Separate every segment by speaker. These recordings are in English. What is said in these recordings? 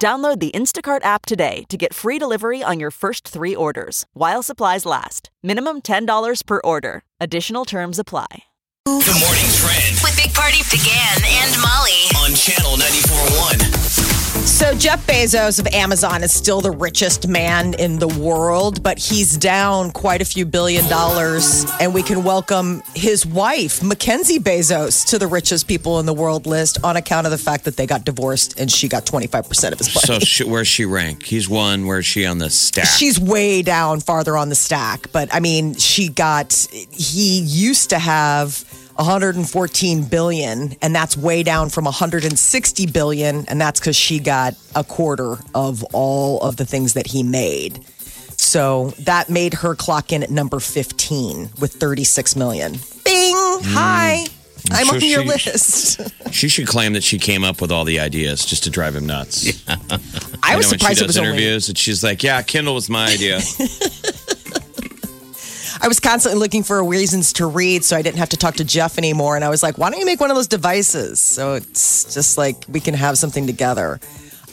Speaker 1: Download the Instacart app today to get free delivery on your first three orders while supplies last. Minimum $10 per order. Additional terms apply.
Speaker 2: The morning trend
Speaker 3: with Big Party began and Molly.
Speaker 2: on channel 94.1.
Speaker 4: So Jeff Bezos of Amazon is still the richest man in the world, but he's down quite a few billion dollars. And we can welcome his wife, Mackenzie Bezos, to the richest people in the world list on account of the fact that they got divorced and she got 25% of his money.
Speaker 5: So she, where's she rank? He's one. Where's she on the stack?
Speaker 4: She's way down farther on the stack, but I mean, she got he used to have 114 billion and that's way down from 160 billion and that's cuz she got a quarter of all of the things that he made. So that made her clock in at number 15 with 36 million. Bing! Hi. I'm
Speaker 5: Hmm. sure
Speaker 4: on your
Speaker 5: she-
Speaker 4: list.
Speaker 5: she should claim that she came up with all the ideas just to drive him nuts.
Speaker 4: I
Speaker 5: You
Speaker 4: was
Speaker 5: know, when she
Speaker 4: surprised it
Speaker 5: does
Speaker 4: was only
Speaker 5: interviews, and she's like, "Yeah, Kindle was my idea."
Speaker 4: I was constantly looking for reasons to read so I didn't have to talk to Jeff anymore. And I was like, why don't you make one of those devices? So it's just like we can have something together.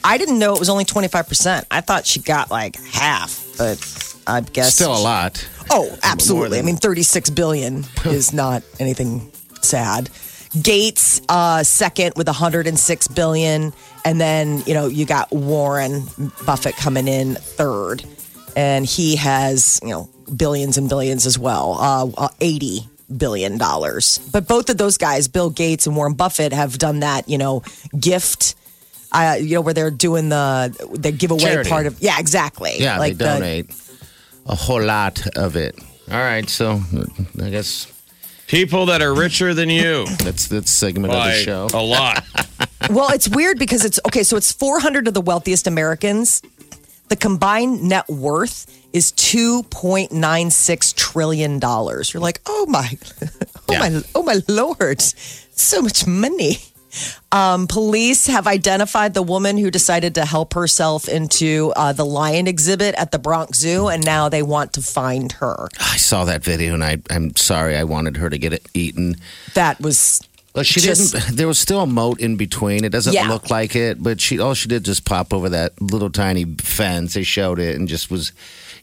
Speaker 4: I didn't know it was only 25%. I thought she got like half, but I guess.
Speaker 6: Still a lot.
Speaker 4: Oh, absolutely. I
Speaker 6: than-
Speaker 4: mean, 36 billion is not anything sad. Gates uh, second with 106 billion, and then you know you got Warren Buffett coming in third, and he has you know billions and billions as well, uh, uh, 80 billion dollars. But both of those guys, Bill Gates and Warren Buffett, have done that you know gift. Uh, you know where they're doing the they give away
Speaker 6: Charity.
Speaker 4: part of yeah exactly
Speaker 6: Yeah, they
Speaker 4: the-
Speaker 6: donate a whole lot of it. All right, so I guess
Speaker 5: People that are richer than you
Speaker 6: that's that's segment of
Speaker 5: by
Speaker 6: the show.
Speaker 5: a lot.
Speaker 4: Well, it's weird because it's okay. So it's 400 of the wealthiest Americans. The combined net worth is 2.96 trillion dollars. You're like, oh my, oh my, oh my lord, so much money. Um, police have identified the woman who decided to help herself into uh, the lion exhibit at the Bronx Zoo, and now they want to find her.
Speaker 6: I saw that video, and I I'm sorry. I wanted her to get it eaten.
Speaker 4: That was
Speaker 6: Well, she
Speaker 4: Just-
Speaker 6: didn't. There was still a moat in between. It doesn't
Speaker 4: Yeah.
Speaker 6: look like it, but she all she did just pop over that little tiny fence. They showed it and just was,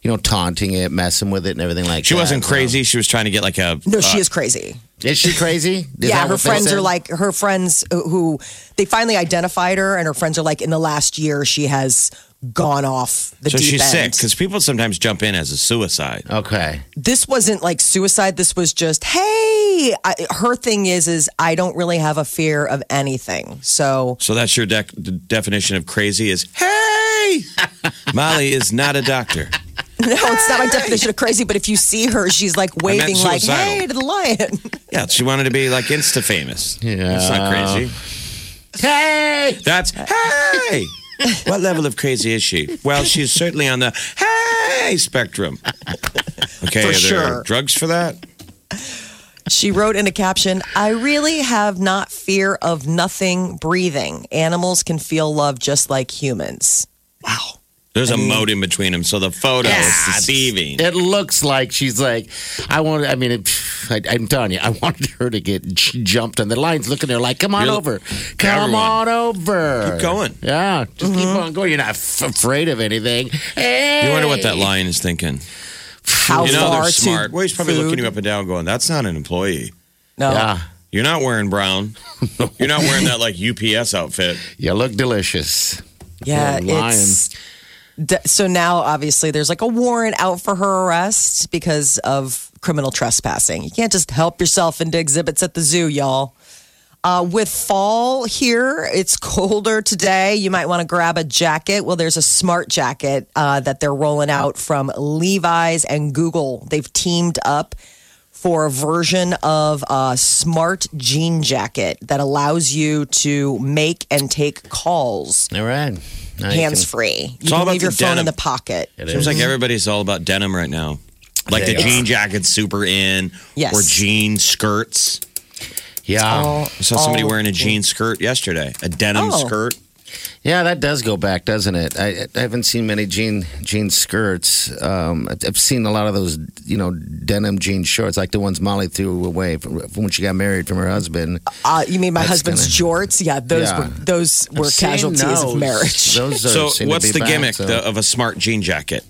Speaker 6: you know, taunting it, messing with it, and everything like
Speaker 5: She
Speaker 6: that.
Speaker 5: wasn't
Speaker 6: so-
Speaker 5: crazy. She was trying to get like a. uh,
Speaker 4: no, she is crazy.
Speaker 6: Is she crazy? Is
Speaker 4: yeah,
Speaker 6: that
Speaker 4: her
Speaker 6: what they
Speaker 4: friends
Speaker 6: said?
Speaker 4: are like her friends who- who they finally identified her, and her friends are like, in the last year, she has gone off the
Speaker 5: So
Speaker 4: deep
Speaker 5: she's sick
Speaker 4: end.
Speaker 5: because people sometimes jump in as a suicide.
Speaker 6: Okay.
Speaker 4: This wasn't like suicide. This was just, hey, I, her thing is, is I don't really have a fear of anything. So
Speaker 5: So that's your dec d- definition of crazy is hey, Molly is not a doctor.
Speaker 4: no, it's not my definition of crazy. But if you see her, she's like waving, like,
Speaker 5: suicidal.
Speaker 4: hey, to the lion.
Speaker 5: Yeah, she wanted to be like insta famous. that's not
Speaker 6: Yeah.
Speaker 5: crazy.
Speaker 6: Hey.
Speaker 5: That's hey. what level of crazy is she? Well, she's certainly on the hey spectrum. Okay,
Speaker 4: For
Speaker 5: are there
Speaker 4: sure.
Speaker 5: drugs for that?
Speaker 4: She wrote in a caption, I really have not fear of nothing breathing. Animals can feel love just like humans. Wow.
Speaker 5: There's a mode in between them, so the photo is deceiving.
Speaker 6: It looks like she's like, I want. I mean, it, I, I'm telling you, I wanted her to get j- jumped, and the lion's looking at her like, "Come on
Speaker 5: You're-
Speaker 6: over, come
Speaker 5: everyone.
Speaker 6: on over,
Speaker 5: Keep going.
Speaker 6: yeah, just keep on going. You're not f- afraid of anything."
Speaker 5: You wonder what
Speaker 6: Hey!
Speaker 5: that lion is thinking.
Speaker 4: How
Speaker 5: you know
Speaker 4: far to
Speaker 5: they're smart. Well, he's probably
Speaker 4: food?
Speaker 5: looking you up and down, going, "That's not an employee.
Speaker 4: No.
Speaker 6: Yeah,
Speaker 5: You're not wearing brown. You're not wearing that like UPS outfit."
Speaker 6: you look delicious.
Speaker 4: Yeah,
Speaker 6: You're lying.
Speaker 4: it's. D- so now, obviously, there's like a warrant out for her arrest because of criminal trespassing. You can't just help yourself into exhibits at the zoo, y'all. Uh, with fall here, it's colder today. You might want to grab a jacket. Well, there's a smart jacket uh, that they're rolling out from Levi's and Google. They've teamed up for a version of a smart jean jacket that allows you to make and take calls
Speaker 6: All right,
Speaker 5: Uh,
Speaker 6: Now you
Speaker 4: hands
Speaker 6: can-
Speaker 4: free. You can
Speaker 5: all about
Speaker 4: leave your
Speaker 5: the
Speaker 4: phone in
Speaker 5: denim.
Speaker 4: the pocket.
Speaker 6: It
Speaker 5: Seems
Speaker 6: is.
Speaker 5: like everybody's all about denim right now. Like
Speaker 6: They
Speaker 5: the
Speaker 6: are.
Speaker 5: jean jacket's super in,
Speaker 4: Yes.
Speaker 5: or jean skirts.
Speaker 6: yeah.
Speaker 4: Oh.
Speaker 5: I Oh, saw somebody
Speaker 4: all-
Speaker 5: wearing a jean skirt yesterday, a
Speaker 4: Oh.
Speaker 5: denim skirt.
Speaker 6: Yeah, that does go back, doesn't it? I, I haven't seen many jean jean skirts. Um, I- I've seen a lot of those, you know, denim jean shorts, like the ones Molly threw away from, from when she got married from her husband.
Speaker 4: Uh, you mean my
Speaker 6: That's
Speaker 4: husband's jorts? Yeah, those
Speaker 6: Yeah.
Speaker 4: were those were
Speaker 6: I've seen
Speaker 4: casualties
Speaker 6: those.
Speaker 4: of marriage.
Speaker 6: Those are,
Speaker 5: So,
Speaker 6: seem to
Speaker 5: what's
Speaker 6: be
Speaker 5: the
Speaker 6: back,
Speaker 5: gimmick
Speaker 6: so-
Speaker 5: the, of a smart jean jacket?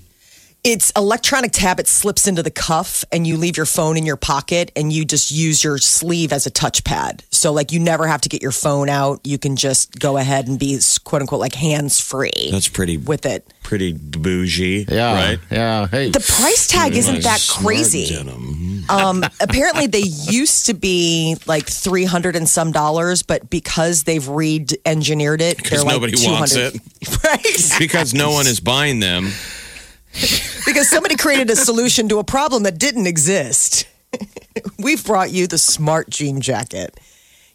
Speaker 4: It's electronic tab. It slips into the cuff, and you leave your phone in your pocket, and you just use your sleeve as a touchpad. So, like, you never have to get your phone out. You can just go ahead and be quote unquote like hands free
Speaker 5: That's pretty,
Speaker 4: with it.
Speaker 5: pretty bougie,
Speaker 6: yeah,
Speaker 5: right?
Speaker 6: yeah. Hey,
Speaker 4: The price tag isn't that
Speaker 5: Smart
Speaker 4: crazy.
Speaker 5: denim.
Speaker 4: Um, apparently, they used to be like three hundred and some dollars, but because they've re-engineered it,
Speaker 5: Because
Speaker 4: they're like
Speaker 5: nobody wants
Speaker 4: 200.
Speaker 5: it.
Speaker 4: right?
Speaker 5: Because no one is buying them.
Speaker 4: because somebody created a solution to a problem that didn't exist. We've brought you the smart jean jacket.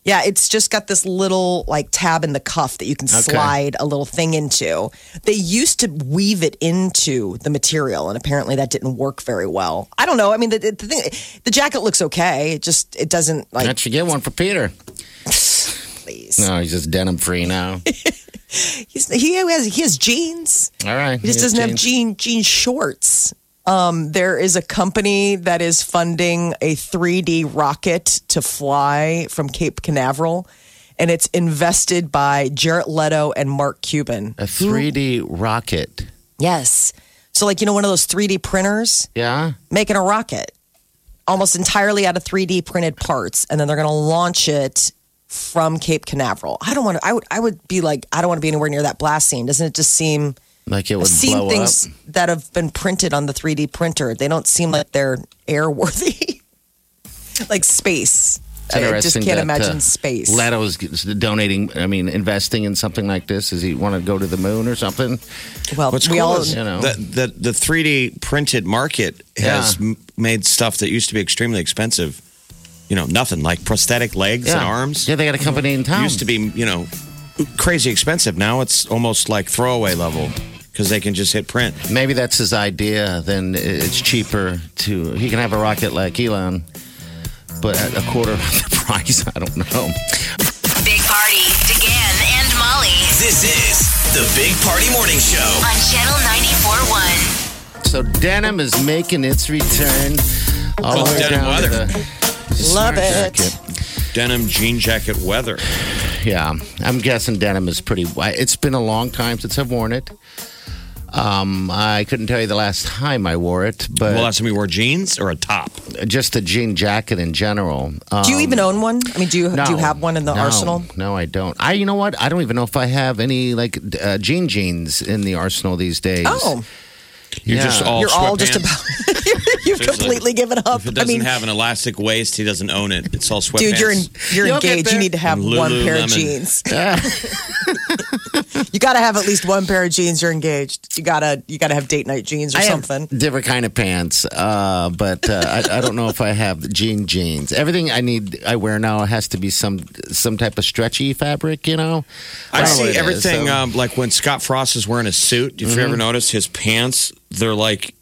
Speaker 4: Yeah, it's just got this little like tab in the cuff that you can
Speaker 6: Okay.
Speaker 4: slide a little thing into. They used to weave it into the material, and apparently that didn't work very well. I don't know. I mean, the, the thing, the jacket looks okay. It just it doesn't
Speaker 6: I
Speaker 4: like
Speaker 6: should get one for Peter.
Speaker 4: please.
Speaker 6: No, he's just denim free now.
Speaker 4: He's, he has he has jeans.
Speaker 6: All right,
Speaker 4: He just
Speaker 6: here's
Speaker 4: doesn't have jean
Speaker 6: jeans.
Speaker 4: jean shorts. Um, there is a company that is funding a 3D rocket to fly from Cape Canaveral, and it's invested by Jarrett Leto and Mark Cuban.
Speaker 6: A 3D rocket.
Speaker 4: Yes. So, like, you know, one of those 3D printers
Speaker 6: Yeah.
Speaker 4: making a rocket almost entirely out of 3D printed parts, and then they're going to launch it from Cape Canaveral. I don't want to, I would, I would be like, I don't want to be anywhere near that blast scene. Doesn't it just seem.
Speaker 6: Like it would
Speaker 4: I've seen
Speaker 6: blow
Speaker 4: things
Speaker 6: up.
Speaker 4: that have been printed on the 3D printer. They don't seem like they're airworthy, like space. I I just
Speaker 6: interesting
Speaker 4: can't
Speaker 6: that,
Speaker 4: imagine
Speaker 6: uh,
Speaker 4: space.
Speaker 6: Leto's donating, I mean, investing in something like this. Does he want to go to the moon or something?
Speaker 4: well,
Speaker 5: What's
Speaker 4: we
Speaker 5: cool
Speaker 4: all
Speaker 5: is
Speaker 6: you know.
Speaker 5: the, the, the 3D printed market has
Speaker 6: Yeah.
Speaker 5: m- made stuff that used to be extremely expensive. You know, nothing like prosthetic legs and arms.
Speaker 6: Yeah, they got a company in town.
Speaker 5: used to be, you know, crazy expensive. Now it's almost like throwaway level because they can just hit print.
Speaker 6: Maybe that's his idea. Then it's cheaper to. He can have a rocket like Elon, but at a quarter of the price. I don't know.
Speaker 3: Big Party, DeGan and Molly
Speaker 2: This is the Big Party Morning Show.
Speaker 3: on Channel 94.1.
Speaker 6: So denim is making its return. All
Speaker 5: Oh, denim
Speaker 6: to
Speaker 5: weather.
Speaker 6: the
Speaker 4: Love
Speaker 6: smart
Speaker 4: it.
Speaker 6: jacket.
Speaker 5: Denim jean jacket weather.
Speaker 6: Yeah, I'm guessing denim is pretty. wi- It's been a long time since I've worn it. Um, I couldn't tell you the last time I wore it, but
Speaker 5: Well, last time we wore jeans or a top.
Speaker 6: just the jean jacket in general. Um,
Speaker 4: do you even own one? I mean, do you
Speaker 6: No.
Speaker 4: do you have one in the
Speaker 6: No.
Speaker 4: arsenal?
Speaker 6: No, I don't. I, you know what? I don't even know if I have any like d- uh, jean jeans in the arsenal these days.
Speaker 4: Oh,
Speaker 5: You're
Speaker 6: Yeah.
Speaker 5: just all.
Speaker 4: you're all just
Speaker 5: sweatpants.
Speaker 4: about. you've completely given up.
Speaker 5: If it
Speaker 4: I
Speaker 5: doesn't
Speaker 4: mean,
Speaker 5: have an elastic waist, he doesn't own it. It's all sweatpants.
Speaker 4: dude, you're in, you're
Speaker 6: You'll get
Speaker 4: engaged. You
Speaker 6: there.
Speaker 4: need to have
Speaker 5: And
Speaker 4: one pair of
Speaker 5: Lululemon.
Speaker 4: jeans. you got to have at least one pair of jeans. You're engaged. You gotta you gotta have date night jeans or
Speaker 6: I have
Speaker 4: something.
Speaker 6: different kind of pants, uh, but uh, I, I don't know if I have the jean jeans. Everything I need, I wear now has to be some some type of stretchy fabric. You know,
Speaker 5: I
Speaker 6: don't know what
Speaker 5: see
Speaker 6: it is,
Speaker 5: everything
Speaker 6: so-
Speaker 5: um, like when Scott Frost is wearing a suit.
Speaker 4: Mm-hmm.
Speaker 5: If you ever notice his pants, they're like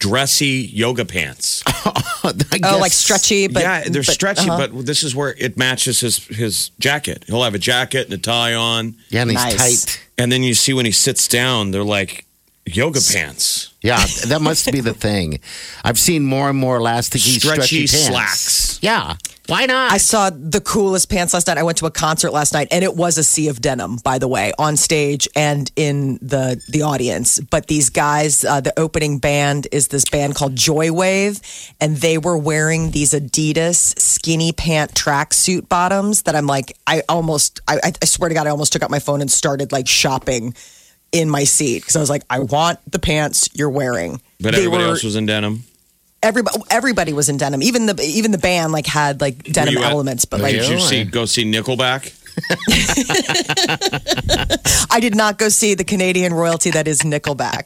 Speaker 5: dressy yoga pants.
Speaker 6: I
Speaker 4: Oh,
Speaker 6: guess-
Speaker 4: like stretchy, but
Speaker 5: yeah, they're
Speaker 4: but-
Speaker 5: stretchy,
Speaker 4: uh-huh.
Speaker 5: but this is where it matches his his jacket. He'll have a jacket and a tie on,
Speaker 6: Yeah, and he's
Speaker 4: Nice.
Speaker 6: tight.
Speaker 5: and then you see when he sits down, they're like yoga pants,
Speaker 6: Yeah, that must be the thing. I've seen more and more elastic
Speaker 5: Stretchy
Speaker 6: stretchy, pants.
Speaker 5: slacks.
Speaker 6: Yeah, why not?
Speaker 4: I saw the coolest pants last night. I went to a concert last night, and it was a sea of denim, by the way, on stage and in the the audience. But these guys, uh, the opening band is this band called Joywave, and they were wearing these Adidas skinny pant tracksuit bottoms. That I'm like, I almost, I, I- I swear to God, I almost took out my phone and started like shopping in my seat because I was like, I want the pants you're wearing.
Speaker 5: but
Speaker 4: They
Speaker 5: everybody
Speaker 4: were-
Speaker 5: else was in denim.
Speaker 4: everybody everybody was in denim. Even the even the band like had like denim
Speaker 5: you at-
Speaker 4: elements, but like
Speaker 5: Did you
Speaker 6: Really?
Speaker 5: see go see Nickelback?
Speaker 4: I did not go see the Canadian royalty that is Nickelback.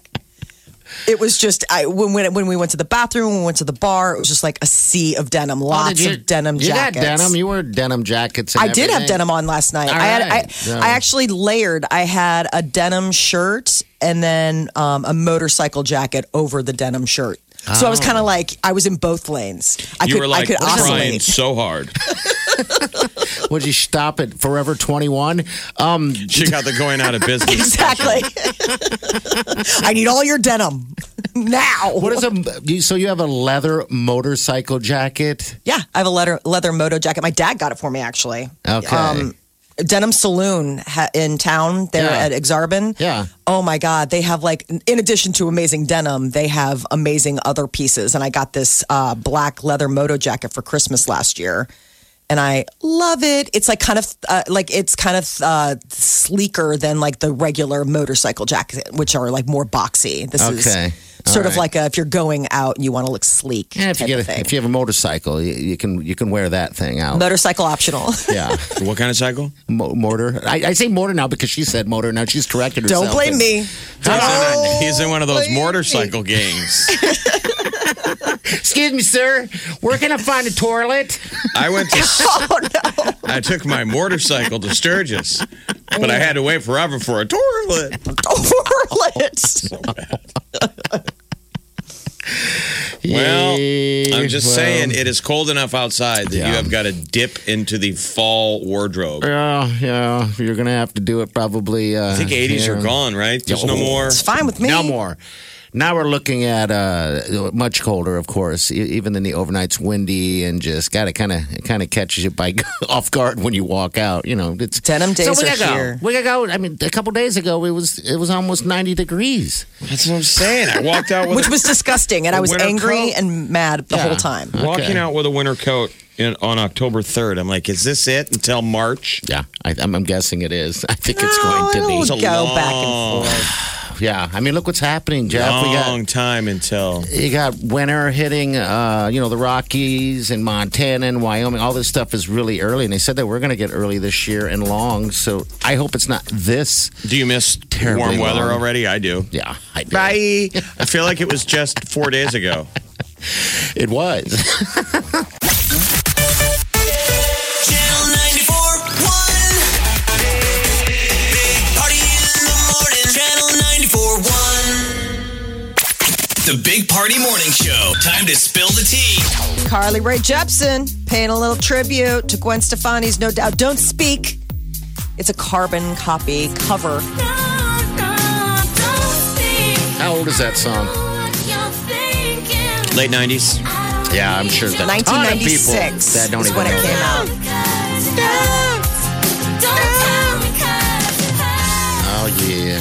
Speaker 4: It was just I, when when when we went to the bathroom, when we went to the bar. It was just like a sea of denim, lots
Speaker 6: Oh, did you-
Speaker 4: of denim
Speaker 6: you
Speaker 4: jackets.
Speaker 6: got denim. You wore denim jackets. and
Speaker 4: I did have
Speaker 6: everything.
Speaker 4: denim on last night.
Speaker 6: All
Speaker 4: I had
Speaker 6: right.
Speaker 4: I,
Speaker 6: Yeah.
Speaker 4: I actually layered. I had a denim shirt and then um, a motorcycle jacket over the denim shirt. So I
Speaker 6: Oh.
Speaker 4: was kind of like I was in both lanes. I
Speaker 5: you
Speaker 4: could
Speaker 5: were like
Speaker 4: I could
Speaker 5: trying
Speaker 4: oscillate.
Speaker 5: so hard.
Speaker 6: Would you stop at Forever 21? Um,
Speaker 5: She got the going out of business.
Speaker 4: Exactly. I need all your denim now.
Speaker 6: what is a you- so you have a leather motorcycle jacket?
Speaker 4: Yeah, I have a leather leather moto jacket. My dad got it for me actually. Um,
Speaker 6: Okay.
Speaker 4: Denim Saloon ha- in town there
Speaker 6: Yeah.
Speaker 4: at Exarban.
Speaker 6: Yeah.
Speaker 4: Oh my God, they have like in addition to amazing denim, they have amazing other pieces. And I got this uh, black leather moto jacket for Christmas last year, and I love it. It's like kind of uh, like it's kind of uh, sleeker than like the regular motorcycle jacket, which are like more boxy. This
Speaker 6: Okay.
Speaker 4: is sort of
Speaker 6: All right.
Speaker 4: like a, if you're going out and you want to look sleek.
Speaker 6: Yeah, if you
Speaker 4: type
Speaker 6: get
Speaker 4: of
Speaker 6: a,
Speaker 4: thing.
Speaker 6: if you have a motorcycle, you, you can you can wear that thing out.
Speaker 4: motorcycle optional.
Speaker 6: yeah,
Speaker 5: what kind of cycle?
Speaker 6: Mo- mortar. I, I say mortar now because she said motor. Now she's corrected herself.
Speaker 4: Don't blame me.
Speaker 5: He's,
Speaker 6: Oh,
Speaker 5: in a- he's in one of those motorcycle gangs.
Speaker 6: Excuse me, sir. Where can I find a toilet?
Speaker 5: I went to.
Speaker 6: Oh,
Speaker 5: I took my motorcycle to Sturgis, but I had to wait forever for a toilet.
Speaker 4: Oh, Orlet.
Speaker 5: Well,
Speaker 6: Yeah,
Speaker 5: I'm just
Speaker 6: well,
Speaker 5: saying it is cold enough outside that you
Speaker 6: Yeah.
Speaker 5: have got to dip into the fall wardrobe.
Speaker 6: Yeah, yeah. You're gonna have to do it probably. Uh,
Speaker 5: I think 80s are gone, right? There's no more.
Speaker 4: It's fine with me.
Speaker 6: No more. Now we're looking at uh, much colder, of course. E- Even in the overnights, windy and just got to kind of it kind of catches you by off guard when you walk out. You know, it's
Speaker 4: Denim days
Speaker 6: So we
Speaker 4: are
Speaker 6: gotta go.
Speaker 4: here.
Speaker 6: We gotta go. I mean, a couple days ago, it was it was almost ninety degrees.
Speaker 5: That's what I'm saying. I walked out with
Speaker 4: Which
Speaker 5: a,
Speaker 4: was disgusting, and I
Speaker 5: A
Speaker 4: was
Speaker 5: winter
Speaker 4: angry
Speaker 5: coat?
Speaker 4: and mad the
Speaker 6: Yeah.
Speaker 4: whole time.
Speaker 5: walking
Speaker 6: Okay.
Speaker 5: out with a winter coat in, on October 3rd. I'm like, is this it until March?
Speaker 6: Yeah, I, I'm, I'm guessing it is. I think it's
Speaker 4: No,
Speaker 6: going to be.
Speaker 4: it'll
Speaker 5: It's a
Speaker 4: go
Speaker 5: long-
Speaker 4: back and forth.
Speaker 6: yeah, I mean, look what's happening, Jeff. we got
Speaker 5: Long time until
Speaker 6: you got winter hitting, uh, you know, the Rockies and Montana and Wyoming. All this stuff is really early, and they said that we're going to get early this year and long. So I hope it's not this.
Speaker 5: Do you miss
Speaker 6: Terribly
Speaker 5: warm weather
Speaker 6: long.
Speaker 5: already? I do.
Speaker 6: Yeah, I do.
Speaker 5: Bye. I feel like it was just four days ago.
Speaker 6: It was.
Speaker 2: Channel 94.1. Big Party in the morning. Channel 94.1. The Big Party Morning Show. Time to spill the tea.
Speaker 4: Carly Rae Jepsen paying a little tribute to Gwen Stefani's No Doubt Don't Speak. It's a carbon copy cover.
Speaker 6: How old is that song?
Speaker 5: Late 90s.
Speaker 6: Yeah, I'm sure that
Speaker 4: 1996
Speaker 6: that don't
Speaker 4: is
Speaker 6: even
Speaker 4: when it
Speaker 6: know.
Speaker 4: came out.
Speaker 6: Oh yeah.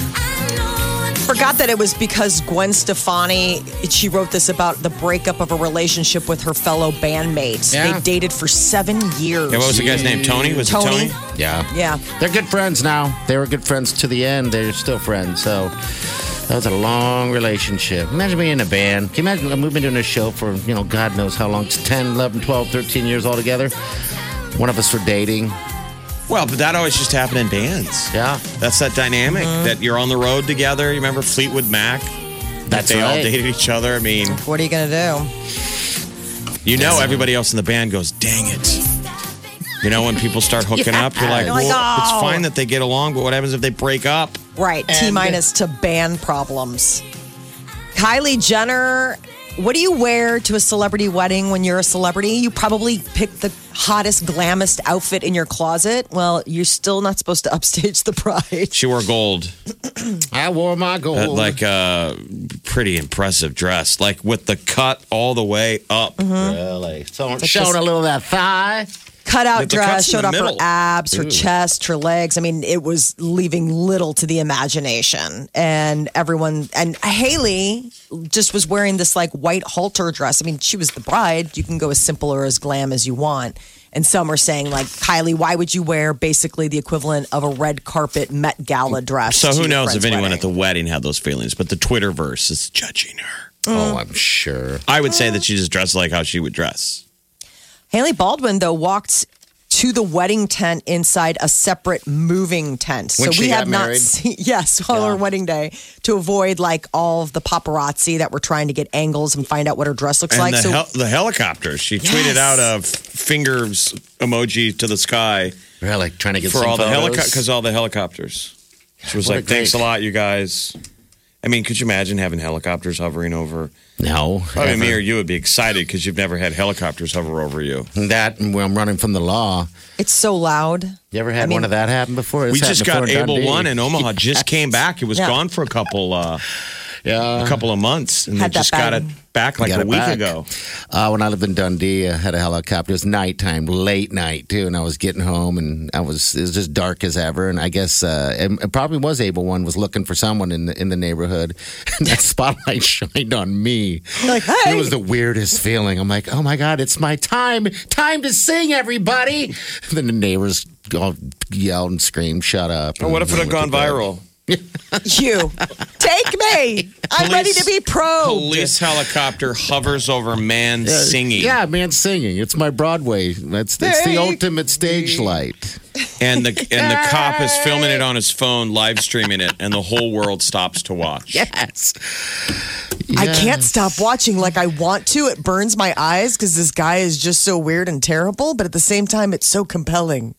Speaker 4: Forgot that it was because Gwen Stefani, she wrote this about the breakup of a relationship with her fellow bandmates.
Speaker 6: Yeah.
Speaker 4: They dated for seven years.
Speaker 5: Yeah, what was the guy's name? Tony? Was
Speaker 4: Tony.
Speaker 5: it Tony?
Speaker 6: Oh, Yeah.
Speaker 4: Yeah.
Speaker 6: They're good friends now. They were good friends to the end. They're still friends. So that was a long relationship. Imagine being in a band. Can you imagine uh, we've been doing this show for, you know, God knows how long. It's 10, 11, 12, 13 years all together. One of us were dating.
Speaker 5: Well, but that always just happened in bands.
Speaker 6: Yeah.
Speaker 5: That's that dynamic that you're on the road together. You remember Fleetwood Mac?
Speaker 6: That's
Speaker 5: they all
Speaker 6: right.
Speaker 5: dated each other. I mean,
Speaker 4: What are you going to do?
Speaker 5: you know, everybody else in the band goes, dang it. You know, when people start hooking up, you're like,
Speaker 6: You're
Speaker 5: well,
Speaker 4: like,
Speaker 5: it's
Speaker 4: "Oh."
Speaker 5: fine that they get along, but what happens if they break up?
Speaker 4: Right. T minus to ban problems. Kylie Jenner, what do you wear to a celebrity wedding when you're a celebrity? You probably pick the hottest, glammest outfit in your closet. Well, you're still not supposed to upstage the bride.
Speaker 5: She wore gold,
Speaker 6: I wore my gold.
Speaker 5: uh, like a pretty impressive dress, like with the cut all the way up.
Speaker 6: really. So, showing a little of that thigh.
Speaker 4: Cutout
Speaker 5: The- the
Speaker 4: dress
Speaker 5: cuts in
Speaker 4: showed
Speaker 5: the
Speaker 4: off her
Speaker 5: middle.
Speaker 4: abs, her chest, her legs. I mean, it was leaving little to the imagination. And everyone, and Haley just was wearing this like white halter dress. I mean, she was the bride. You can go as simple or as glam as you want. And some are saying, like, Kylie, why would you wear basically the equivalent of a red carpet Met Gala dress?
Speaker 5: Mm. So
Speaker 4: to
Speaker 5: who
Speaker 4: your
Speaker 5: knows if
Speaker 4: friend's
Speaker 5: anyone
Speaker 4: wedding?
Speaker 5: at the wedding had those feelings, but the Twitterverse is judging her.
Speaker 6: Oh, I'm sure.
Speaker 5: I would say that she just dressed like how she would dress.
Speaker 4: Haley Baldwin, though, walked to the wedding tent inside a separate moving tent.
Speaker 6: When
Speaker 4: so
Speaker 6: she
Speaker 4: we
Speaker 6: got
Speaker 4: have not
Speaker 6: married?
Speaker 4: seen, yes, on her wedding day to avoid like all of the paparazzi that were trying to get angles and find out what her dress looks
Speaker 5: And
Speaker 4: like.
Speaker 5: the,
Speaker 4: so
Speaker 5: hel- the helicopter. She tweeted
Speaker 4: Yes.
Speaker 5: out a f- fingers emoji to the sky
Speaker 6: Really trying to get
Speaker 5: for
Speaker 6: some
Speaker 5: all the
Speaker 6: photos.
Speaker 5: helicopter because all the helicopters. She was
Speaker 6: What
Speaker 5: like,
Speaker 6: a great-
Speaker 5: "Thanks a lot, you guys." I mean, could you imagine having helicopters hovering over?
Speaker 6: no,
Speaker 5: Probably me
Speaker 6: ever.
Speaker 5: or you would be excited because you've never had helicopters hover over you.
Speaker 6: that and when I'm running from the law.
Speaker 4: it's so loud.
Speaker 6: You ever had one of that happen before? This
Speaker 5: we just got
Speaker 6: happened before in
Speaker 5: Able
Speaker 6: Dundee.
Speaker 5: One in Omaha. Just came back. It was
Speaker 4: Yeah.
Speaker 5: gone for a couple uh,
Speaker 6: Yeah.
Speaker 5: a couple of months, and
Speaker 4: Had
Speaker 5: they
Speaker 4: that
Speaker 5: just got it
Speaker 4: bang.
Speaker 5: back like
Speaker 6: Got
Speaker 5: a
Speaker 6: it
Speaker 5: week
Speaker 6: back.
Speaker 5: ago.
Speaker 6: Uh, when I lived in Dundee, I had a helicopter. It was nighttime, late night too, and I was getting home, and I was it was just dark as ever. And I guess uh, it, it probably was able one was looking for someone in the, in the neighborhood, and that spotlight shined on me.
Speaker 4: Like,
Speaker 6: It
Speaker 4: hey.
Speaker 6: was the weirdest feeling. I'm like, oh my god, it's my time, time to sing, everybody. And then the neighbors all yelled and screamed, "Shut up!"
Speaker 5: But Oh, what if it had gone viral?
Speaker 4: You take me. I'm ready to be pro.
Speaker 5: Police helicopter hovers over man singing.
Speaker 6: Yeah, man, singing. It's my Broadway. That's it's the ultimate stage light.
Speaker 5: and the and the cop is filming it on his phone, live streaming it, and the whole world stops to watch.
Speaker 6: Yes.
Speaker 4: I can't stop watching like I want to. It burns my eyes because this guy is just so weird and terrible, but at the same time, it's so compelling.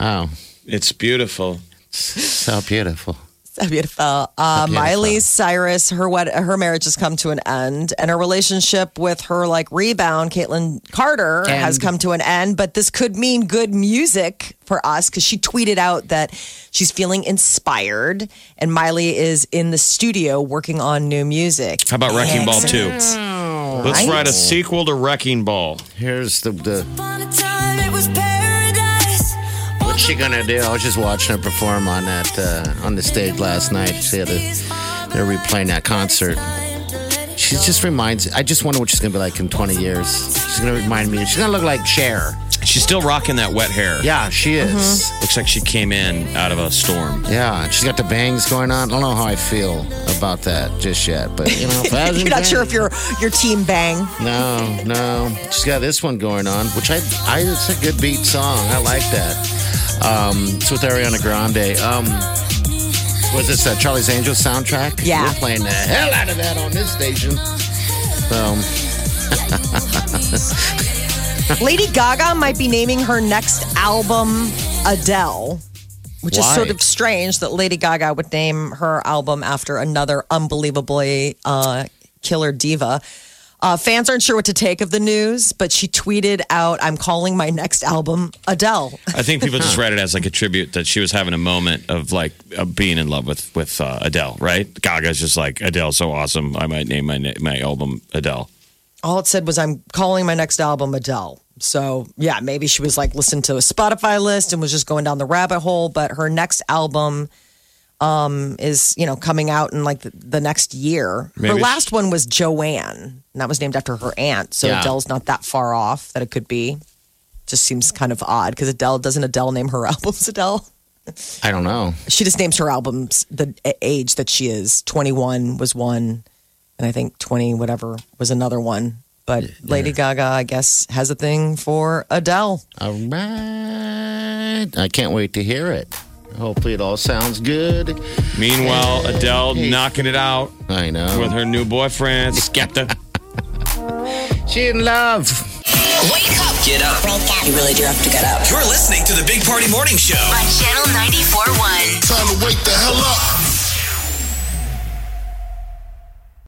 Speaker 6: Oh,
Speaker 5: It's beautiful.
Speaker 6: so beautiful.
Speaker 4: So beautiful. Uh,
Speaker 6: beautiful.
Speaker 4: Miley Cyrus, her wed- her marriage has come to an end, and her relationship with her like rebound, Caitlyn Carter, has
Speaker 6: End.
Speaker 4: come to an end. But this could mean good music for us because she tweeted out that she's feeling inspired, and Miley is in the studio working on new music.
Speaker 5: How about Wrecking Ball 2? Let's
Speaker 4: Right.
Speaker 5: write a sequel to Wrecking Ball.
Speaker 6: Here's the, the
Speaker 7: Upon a time, it was paradise.
Speaker 6: what's she gonna do? I was just watching her perform on that uh, on the stage last night. She had a, they're replaying that concert. She just reminds. I just wonder what she's gonna be like in 20 years. She's gonna remind me. She's gonna look like Cher.
Speaker 5: She's still rocking that wet hair.
Speaker 6: Yeah, she is.
Speaker 4: Mm-hmm.
Speaker 5: Looks like she came in out of a storm.
Speaker 6: Yeah, and she's got the bangs going on. I don't know how I feel about that just yet, but you know,
Speaker 4: You're not sure if you're your team bang.
Speaker 6: No, no. She's got this one going on, which I, I it's a good beat song. I like that. Um, it's with Ariana Grande. Um, was this uh, Charlie's Angels soundtrack?
Speaker 4: Yeah.
Speaker 6: We're playing the hell out of that on this station. Um, So,
Speaker 4: Lady Gaga might be naming her next album Adele, which is
Speaker 6: Why?
Speaker 4: sort of strange that Lady Gaga would name her album after another unbelievably uh, killer diva. Uh, fans aren't sure what to take of the news, but she tweeted out, I'm calling my next album Adele.
Speaker 5: I think people just read it as like a tribute that she was having a moment of like of being in love with with uh, Adele, right? Gaga's just like Adele's so awesome. I might name my na- my album Adele.
Speaker 4: All it said was, I'm calling my next album Adele. So, yeah, maybe she was like listening to a Spotify list and was just going down the rabbit hole, but her next album um, is, you know, coming out in like the, the next year. her
Speaker 5: Maybe
Speaker 4: last one was Joanne, and that was named after her aunt. So
Speaker 6: Yeah.
Speaker 4: Adele's not that far off that it could be. Just seems kind of odd because Adele doesn't Adele name her albums Adele.
Speaker 6: I don't know.
Speaker 4: She just names her albums the a- age that she is. 21 was one, and I think 20 whatever was another one. But Lady Gaga, I guess, has a thing for Adele.
Speaker 6: All right. I can't wait to hear it. Hopefully, it all sounds good.
Speaker 5: Meanwhile, Adele knocking it out
Speaker 6: I know.
Speaker 5: with her new boyfriend Skepta.
Speaker 6: she in love.
Speaker 3: Wake up
Speaker 2: Get up.
Speaker 3: You really do have to get up.
Speaker 2: You're listening to the Big Party Morning Show.
Speaker 3: on Channel 94.1.
Speaker 8: Time to wake the hell up.